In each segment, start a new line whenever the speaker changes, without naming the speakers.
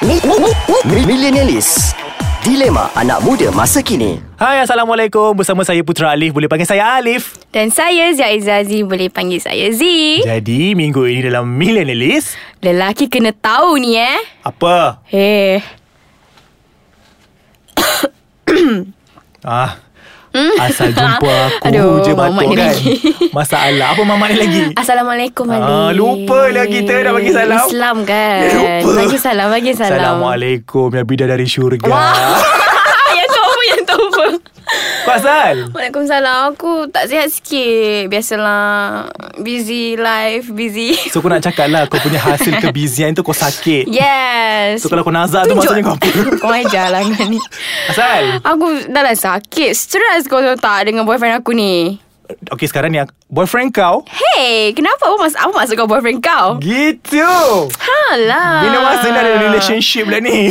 Mi- mi- mi- Millenialis Dilema anak muda masa kini
Hai Assalamualaikum Bersama saya Putra Alif Boleh panggil saya Alif
Dan saya Zia Izazi Boleh panggil saya Z
Jadi minggu ini dalam Millionaire List
Lelaki kena tahu ni eh
Apa?
Hei
Ah, Asal jumpa aku
Hmm. Aduh,
je
mamak
batuk
ni
kan
lagi.
Masalah Apa mamak ni lagi?
Assalamualaikum Ali
Ah, lupa lah kita dah bagi salam.
Islam kan
Lupa.
Bagi salam Bagi salam
Assalamualaikum Ya bidah dari syurga Wah.
Yang tu apa Yang tu apa
Pasal?
Waalaikumsalam Aku tak sihat sikit Biasalah Busy life Busy
So kau nak cakap lah Kau punya hasil kebizian tu kau sakit
Yes
So kalau kau nazar tu maksudnya kau apa?
Kau ajar lah kau ni
Pasal?
Aku dah lah sakit Stress kau tahu tak Dengan boyfriend aku ni
Okay sekarang ni aku- Boyfriend kau?
Hey Kenapa apa, mas- apa maksud kau boyfriend kau
Gitu
Alah
Bila masa nak ada relationship lah ni?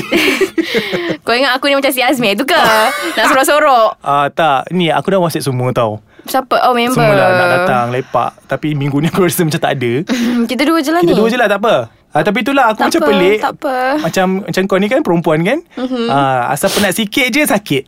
Kau ingat aku ni macam si Azmi tu ke Nak sorok-sorok
Ah uh, tak, ni aku dah whatsapp semua tau.
Siapa Oh member
Semua dah nak datang lepak, tapi minggu ni aku rasa macam tak ada.
Hmm, Kita dua je lah
Kita
ni
dua je lah tak apa. Ah tapi itulah aku
Tak
macam
apa,
pelik.
tak apa. Mhm.
Macam macam kau ni kan perempuan kan? Uh-huh. Ah asal penat sikit je sakit.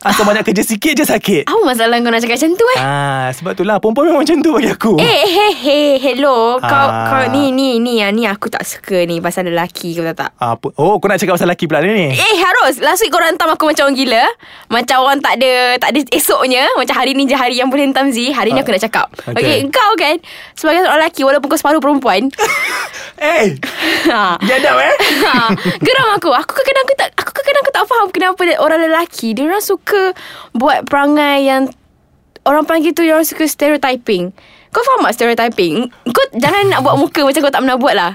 Asal banyak kerja sikit je sakit.
Apa masalah kau nak cakap macam tu eh
Ah sebab itulah perempuan memang macam tu bagi aku.
Eh hey hey Hello Kau
Ah.
kau ni ni ni ah, Ni aku tak suka ni Pasal lelaki kau tahu tak
Apa? Oh kau nak cakap pasal lelaki pula ni?
Eh harus Last week korang hentam aku macam orang gila Macam orang tak ada Tak ada esoknya Macam hari ni je hari yang boleh hentam Z
Ah.
Hari ni aku nak cakap
Okay.
Okay, kau kan Sebagai seorang lelaki Walaupun kau separuh perempuan
Eh,
ha,
jadap eh.
ha, Geram aku Aku kadang aku tak Aku kadang aku tak faham Kenapa dia- orang lelaki Dia orang suka Buat perangai yang Orang panggil tu Dia orang suka stereotyping kau faham tak stereotyping? Kau jangan nak buat muka macam kau tak pernah buat lah.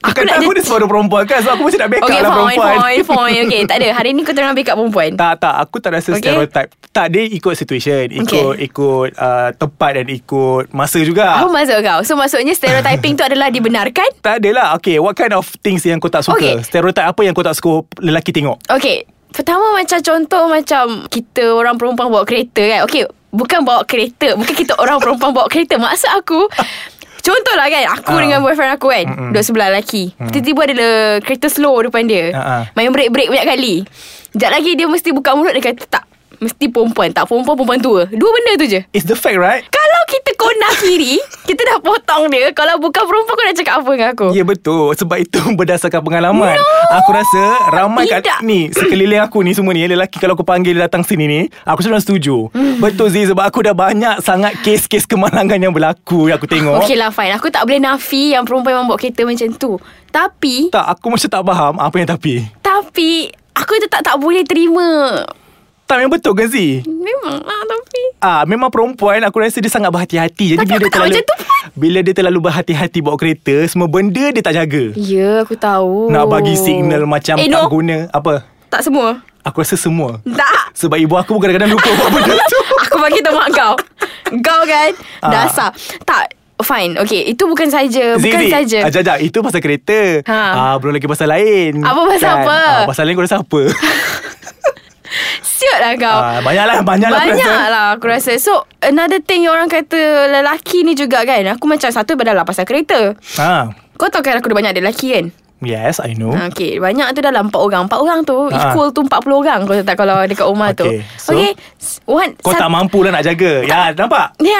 Aku nak aku
jadi-
ni seorang perempuan kan So aku macam nak backup
Okay,
lah
fine,
perempuan
fine, fine. Okay, tak ada. Hari ni kau tengah backup perempuan.
Tak tak aku tak rasa okay.
Okay.
stereotype. Tak dia ikut situation, ikut okay.
Okay.
ikut uh, tempat dan ikut masa juga.
Apa maksud kau? So maksudnya stereotyping tu adalah dibenarkan?
tak adalah. Okay, what kind of things yang kau tak suka?
Okay.
Stereotype apa yang kau tak suka lelaki tengok?
Okay. Pertama macam contoh macam kita orang perempuan bawa kereta kan. Okay. Bukan bawa kereta. Bukan kita orang perempuan bawa kereta. Maksud aku... Contohlah kan Aku
Ah.
dengan boyfriend aku kan Mm-mm. Duduk sebelah lelaki mm. Tiba-tiba ada le- kereta slow depan dia
Ah, ah.
Main break-break banyak kali Sekejap lagi dia mesti buka mulut Dia kata tak Mesti perempuan Tak perempuan perempuan tua Dua benda tu je
It's the fact, right?
Kalau kita kona kiri Kita dah potong dia Kalau bukan perempuan Kau nak cakap apa dengan aku
Ya betul Sebab itu berdasarkan pengalaman
Oh. No!
Aku rasa Ramai kat
Tidak.
ni Sekeliling aku ni semua ni eh, Lelaki kalau aku panggil datang sini ni Aku sebenarnya setuju
Hmm.
Betul Zee Sebab aku dah banyak sangat Kes-kes kemalangan yang berlaku Yang aku tengok
Okay lah fine Aku tak boleh nafi Yang perempuan memang bawa kereta macam tu Tapi
Tak aku macam tak faham Apa yang tapi
Tapi Aku tetap tak boleh terima
Tak memang betul ke Zee
Memang lah tapi
Ah, memang perempuan aku rasa dia sangat berhati-hati. Jadi
Tapi
bila dia
aku tak
terlalu
macam tu pun.
bila dia terlalu berhati-hati bawa kereta, semua benda dia tak jaga.
Ya aku tahu
Nak bagi signal macam
eh,
tak
no.
guna apa.
Tak semua
Aku rasa semua.
Tak
Sebab ibu aku pun kadang-kadang lupa buat benda tu.
Aku bagi tahu mak kau Kau kan
Ah.
Dasar Tak Fine Okay itu bukan saja Bukan
Zizi,
saja
Ah, jajak, itu pasal kereta.
Ha.
Ah, belum lagi pasal lain.
Apa pasal apa?
Ah, pasal lain kau rasa apa?
Siut lah kau
ah, banyaklah, banyaklah. aku rasa.
Banyak lah aku rasa So another thing yang orang kata Lelaki ni juga kan Aku macam satu dah lah pasal kereta
Ah.
Kau tahu kan aku dah banyak ada lelaki kan
Yes, I know.
Ah, Okay Banyak tu dalam 4 orang 4 orang tu
Oh. Ah.
Equal tu 40 orang Kau tahu tak kalau dekat rumah tu
Okay, so-
Okay s- One
Kau tak mampu lah nak jaga. Ya, nampak?
Ya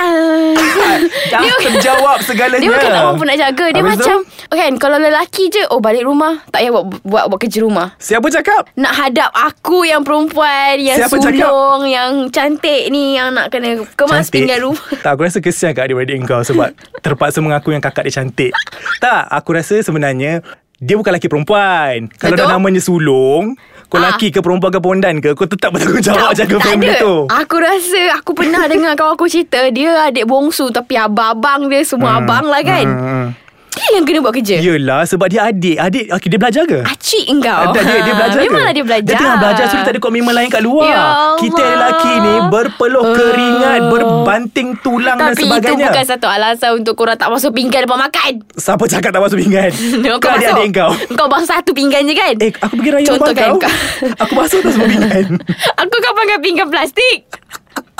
Dah
Dia-
terjawab segalanya.
Dia bukan tak mampu nak jaga Dia
Habis tu?
macam Okay kan, Kalau lelaki je Oh balik rumah Tak payah buat, buat, buat kerja rumah
Siapa cakap?
nak hadap aku yang perempuan Yang
Siapa cakap?
sulung Yang cantik ni Yang nak kena kemas
Cantik.
pinggan rumah
Tak aku rasa kesian kat adik-adik kau Sebab terpaksa mengaku yang kakak dia cantik Tak aku rasa sebenarnya Dia bukan lelaki perempuan Kalau
Betul.
dah namanya sulung Kau
Ah.
lelaki ke perempuan ke pondan ke Kau tetap bertanggungjawab jaga family
ada.
tu
Aku rasa Aku pernah dengar kawan aku cerita Dia adik bongsu Tapi abang-abang dia Semua abang lah kan
hmm. Ya,
Dia yang kena buat kerja
Yelah sebab dia adik Adik okay, dia belajar ke?
Acik
Eh,
engkau
Dia, dia, dia belajar ke?
Memanglah Ah, dia belajar
Dia tengah belajar So dia tak ada komitmen lain kat luar
Ya
Kita
Allah.
lelaki ni Berpeluh
Oh.
keringat Berbanting tulang dan
Tapi itu
sebagainya
bukan satu alasan Untuk korang tak masuk pinggan Lepas makan
Siapa cakap tak masuk pinggan? kau adik-adik kau
Kau basuh satu pinggan je kan
Eh aku pergi raya
Contoh
rumah kau
kan
Aku basuh atas pinggan
Aku kau pakai pinggan plastik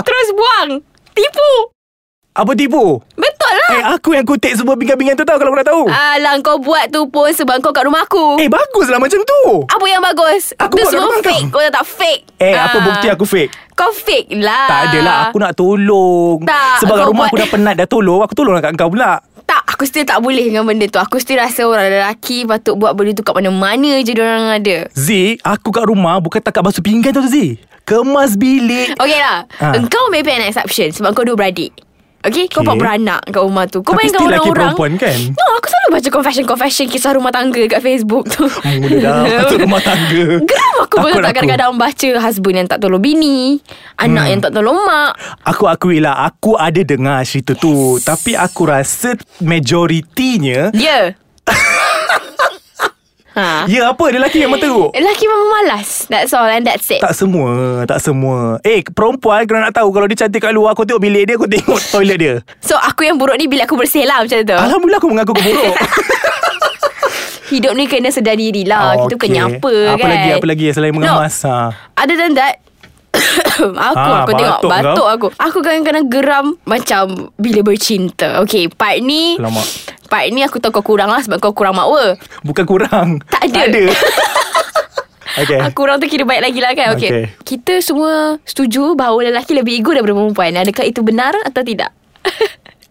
Terus buang Tipu
Apa tipu?
Betul lah
Eh aku yang kutik semua pinggan-pinggan tu tau Kalau kau nak tahu
Alah kau buat tu pun sebab kau kat rumah aku.
Eh baguslah macam tu
Apa yang bagus?
Aku buat
tu
kat
semua
rumah kau.
fake. Kau. kau tak fake.
Eh apa
Ah.
bukti aku fake
Kau fake lah.
Tak adalah Aku nak tolong
Tak,
Sebab kat
kau
rumah
buat-
aku dah penat Dah tolong Aku tolong kat kau pula
Tak, aku still tak boleh dengan benda tu. Aku still rasa orang lelaki patut buat benda tu kat mana-mana je orang ada.
Z Aku kat rumah Bukan takat basuh pinggan tu Z Kemas bilik
Okay lah.
Ah.
Ha. Engkau maybe an exception sebab kau dua beradik. Okay, kau
Okay.
empat beranak kat rumah tu. Kau
Tapi
bayangkan
still lelaki
orang-orang.
perempuan kan?
No, aku selalu baca confession-confession kisah rumah tangga kat Facebook tu.
Mula dah Patut rumah tangga
Geram aku
Takut
pun tak kadang-kadang baca husband yang tak tolong bini. Anak
Hmm.
yang tak tolong mak.
Aku akui lah Aku ada dengar cerita yes. tu Tapi aku rasa Majoritinya
Dia. Ya. ha.
Ya apa Dia lelaki memang teruk
Lelaki memang malas. That's all and that's it.
tak semua Tak semua Eh perempuan Kena nak tahu Kalau dia cantik kat luar Aku tengok bilik dia Aku tengok toilet dia
So aku yang buruk ni bila aku bersih lah macam tu.
Alhamdulillah aku mengaku keburuk
Hidup ni kena sedar dirilah.
Oh,
Oh, Kita
okay.
kena apa,
Apa
kan.
lagi Apa lagi Selain mengemas no. ha.
Other than that Aku
Ah,
ha, Aku tengok
batuk kau.
Batuk aku Aku kadang-kadang geram Macam Bila bercinta Okay part ni
Alamak.
Part ni aku tahu kau kurang lah Sebab kau kurang makwa
Bukan kurang
Tak ada.
Tak ada Okay
Aku kurang tu kira baik lagi lah kan okay.
Okay.
Kita semua setuju Bahawa lelaki lebih ego daripada perempuan Adakah itu benar atau tidak?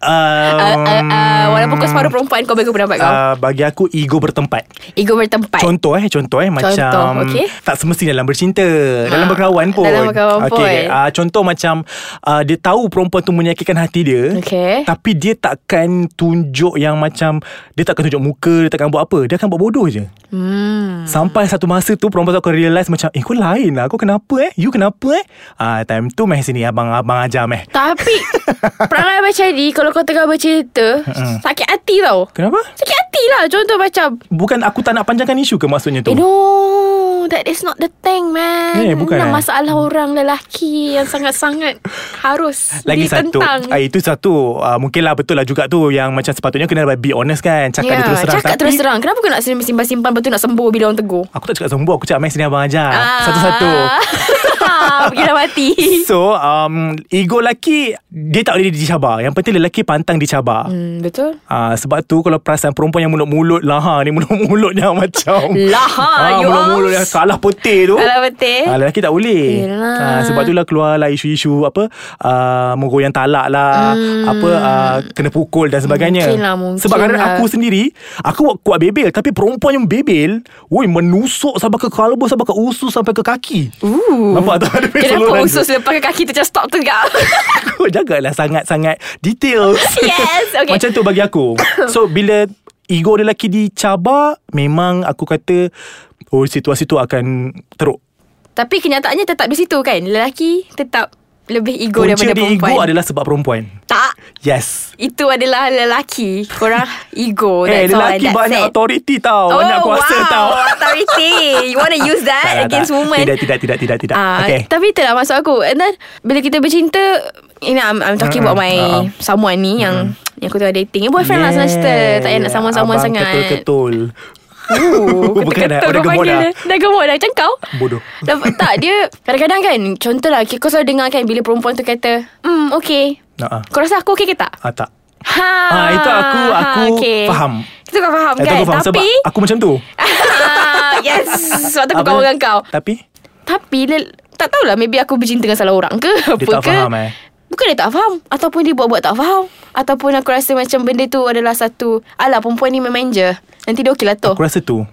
um,
Uh, uh, uh, walaupun kau separuh perempuan Kau bagi pendapat kau
Uh, bagi aku ego bertempat
Ego bertempat
Contoh eh Contoh eh Macam
okey.
Tak semestinya dalam bercinta ha, Dalam berkawan pun
dalam berkawan
okay,
pun.
Uh, Contoh macam uh, Dia tahu perempuan tu menyakitkan hati dia
Okey.
Tapi dia takkan tunjuk yang macam Dia takkan tunjuk muka Dia takkan buat apa Dia akan buat bodoh je hmm. Sampai satu masa tu Perempuan tu akan realise macam Eh kau lain lah Kau kenapa eh You kenapa eh Ah, Time tu meh sini Abang, abang eh. ajar meh
Tapi Perangai macam ni Kalau kau tengah bercinta
Ha.
Sakit hati tau
Kenapa?
Sakit hati lah Contoh macam
Bukan aku tak nak panjangkan isu ke maksudnya tu
Eh no That is not the thing man
Eh, bukan,
Nah,
eh?
masalah orang lelaki Yang sangat-sangat Harus
Lagi
ditentang
satu ah, Itu satu ah, Mungkin lah betul lah juga tu Yang macam sepatutnya Kena be honest kan Cakap yeah, dia terus terang
Ya, Cakap
Tapi
terus terang Kenapa kau nak simpan-simpan Lepas tu nak sembuh bila orang tegur
Aku tak cakap sombong Aku cakap main sini abang ajar Ah,
Ah.
Satu-satu
Pergilah mati
So um, Ego lelaki Dia tak boleh dicabar Yang penting lelaki pantang dicabar hmm.
hmm, Betul
Ah, sebab tu kalau perasaan perempuan yang mulut-mulut lah ha, ni mulut-mulut yang macam
Ya
Ah,
Laha, Lah, ha, you
mulut-mulut
all.
yang salah putih tu.
Salah putih.
Ah, lelaki tak boleh.
Eh? Yelah.
Ah, sebab itulah keluarlah isu-isu apa uh, menggoyang talak lah, hmm. apa uh, kena pukul dan sebagainya.
Mungkin lah, mungkin
sebab kadang
lah.
aku sendiri aku kuat bebel tapi perempuan yang bebel, woi menusuk sampai ke kalbur sampai ke usus sampai ke kaki. Ooh. Nampak tak ada
Kenapa
saluran tu.
usus lepas ke kaki tu Macam stop tegak
Kau jagalah sangat-sangat detail
Yes, okay.
Macam tu bagi aku So bila ego dia lelaki dicabar Memang aku kata Oh situasi tu akan teruk
Tapi kenyataannya tetap di situ kan Lelaki tetap Lebih ego
Punca
daripada
dia
perempuan
ego adalah sebab perempuan
Tak
Yes
Itu adalah lelaki Korang ego
Eh
Oh, That's all and
lelaki
that's
banyak
it. Oh,
authority tau Banyak kuasa
wow,
tau
Authority You want to use
Tak,
that
tak,
Against
tak.
women
Tidak tidak tidak tidak tidak.
Ah,
okay.
Tapi itulah maksud aku And then Bila kita bercinta You know I'm, I'm talking
Mm-mm,
about my
uh-uh.
Someone ni yang Yang aku tengah dating Eh, Boyfriend lah senang cerita Tak payah nak sama-sama
Abang
sangat
Ketul-ketul
Oh,
Bukan dah,
ketul
dah
kau
gemuk
panggil
dah.
dia. Dah gemuk dah Macam kau
Bodoh.
Tak- Tak dia Kadang-kadang kan Contohlah Kau selalu dengar kan Bila perempuan tu kata Hmm okay
Ah, ah.
Kau rasa aku okay ke tak?
Ah tak
Ha,
Ah, itu aku- aku faham.
Itu kau faham
Eh,
kan?
tak, aku faham
Tapi
Sebab aku macam tu
Ah, Yes Sebab tu aku
Apa-
kawan dengan kau
Tapi
Tapi le- Tak tahulah Maybe aku bercinta dengan salah orang ke Apa
Dia tak
ke
faham, eh?
Bukan dia tak faham Ataupun dia buat-buat tak faham Ataupun aku rasa macam Benda tu adalah satu Alah perempuan ni main-main je Nanti dia okey lah tu
Aku rasa tu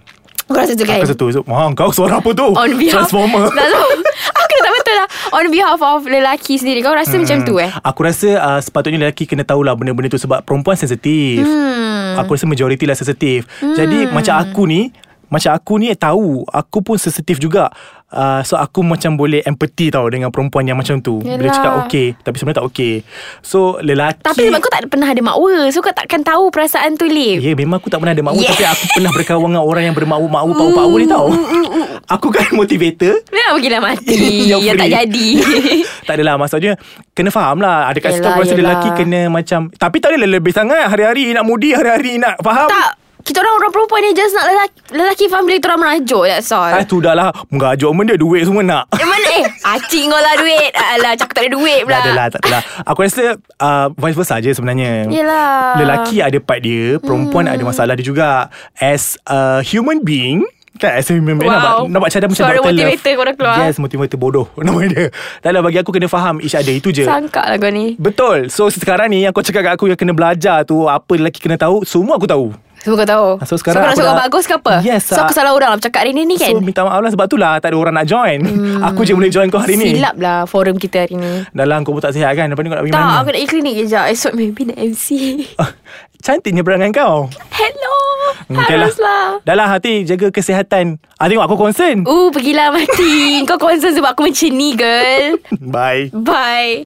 Aku rasa tu kan
Aku satu so, Wah kau suara apa tu
On behalf
Transformer
Tak tahu Aku dah tak betul lah On behalf of lelaki sendiri Kau rasa hmm. macam tu eh
Aku rasa uh, sepatutnya lelaki kena tahulah benda-benda tu sebab perempuan sensitif. Hmm. Aku rasa majoriti lah sensitif. Hmm. Jadi macam aku ni, macam aku ni eh, tahu, aku pun sensitif juga. Uh, so aku macam boleh empathy tau dengan perempuan yang macam tu. Bila
Yelah.
cakap okey, tapi sebenarnya tak okey. So lelaki
Tapi sebab kau tak pernah ada makwa So kau takkan tahu perasaan tu Lip
Ya yeah, memang aku tak pernah ada makwu yeah.
Yeah. Mm,
Tapi aku pernah berkawan dengan orang yang bermakwu-makwu Pakwu-pakwu ni tau Aku kan motivator
Kenapa pergilah mati Yang,
Yang
tak
free.
jadi
tak adalah maksudnya Kena faham lah Ada kat situ
Yelah,
aku rasa
yelah.
lelaki kena macam Tapi tak boleh lebih sangat Hari-hari nak mudi Hari-hari nak faham
Tak Kita orang orang perempuan ni Just nak lelaki Lelaki family kita orang merajuk That's all
Ah, tu dah lah Mengajuk pun dia Duit semua nak
Eh mana eh Acik kau lah duit Alah cakap tak ada duit pula
Tak adalah Tak adalah Aku rasa uh, Vice versa je sebenarnya
Yelah.
Lelaki ada part dia Perempuan hmm. ada masalah dia juga As a human being Kan as a human being
Wow.
Nampak, nampak cara macam
Suara
Dr. Love.
motivator korang keluar.
Yes motivator bodoh Nama dia Tak adalah bagi aku kena faham Ish ada itu je
Sangka lah kau ni
Betul So sekarang ni Yang kau cakap kat aku Yang kena belajar tu Apa lelaki kena tahu Semua aku tahu
Semua kau tahu
Ah, So, sekarang
So kau nak
aku
suruh
dah-
bagus ke apa
Yes,
So
ah.
aku salah orang lah Cakap hari ni ni
So
kan
minta maaf lah Sebab tu lah Tak ada orang nak join hmm. Aku je boleh join kau hari ni
Silap lah forum kita hari ni
Dah lah kau pun tak sihat kan Lepas ni kau nak pergi
Tak
mana
aku nak pergi klinik je sekejap. Esok maybe nak MC
Ah, Cantiknya perangai kau
Hello
Okay lah
Haruslah Oh.
Dah lah hati Jaga kesihatan ah, Tengok aku concern
Uh pergilah mati Kau concern sebab aku macam ni girl
Bye
Bye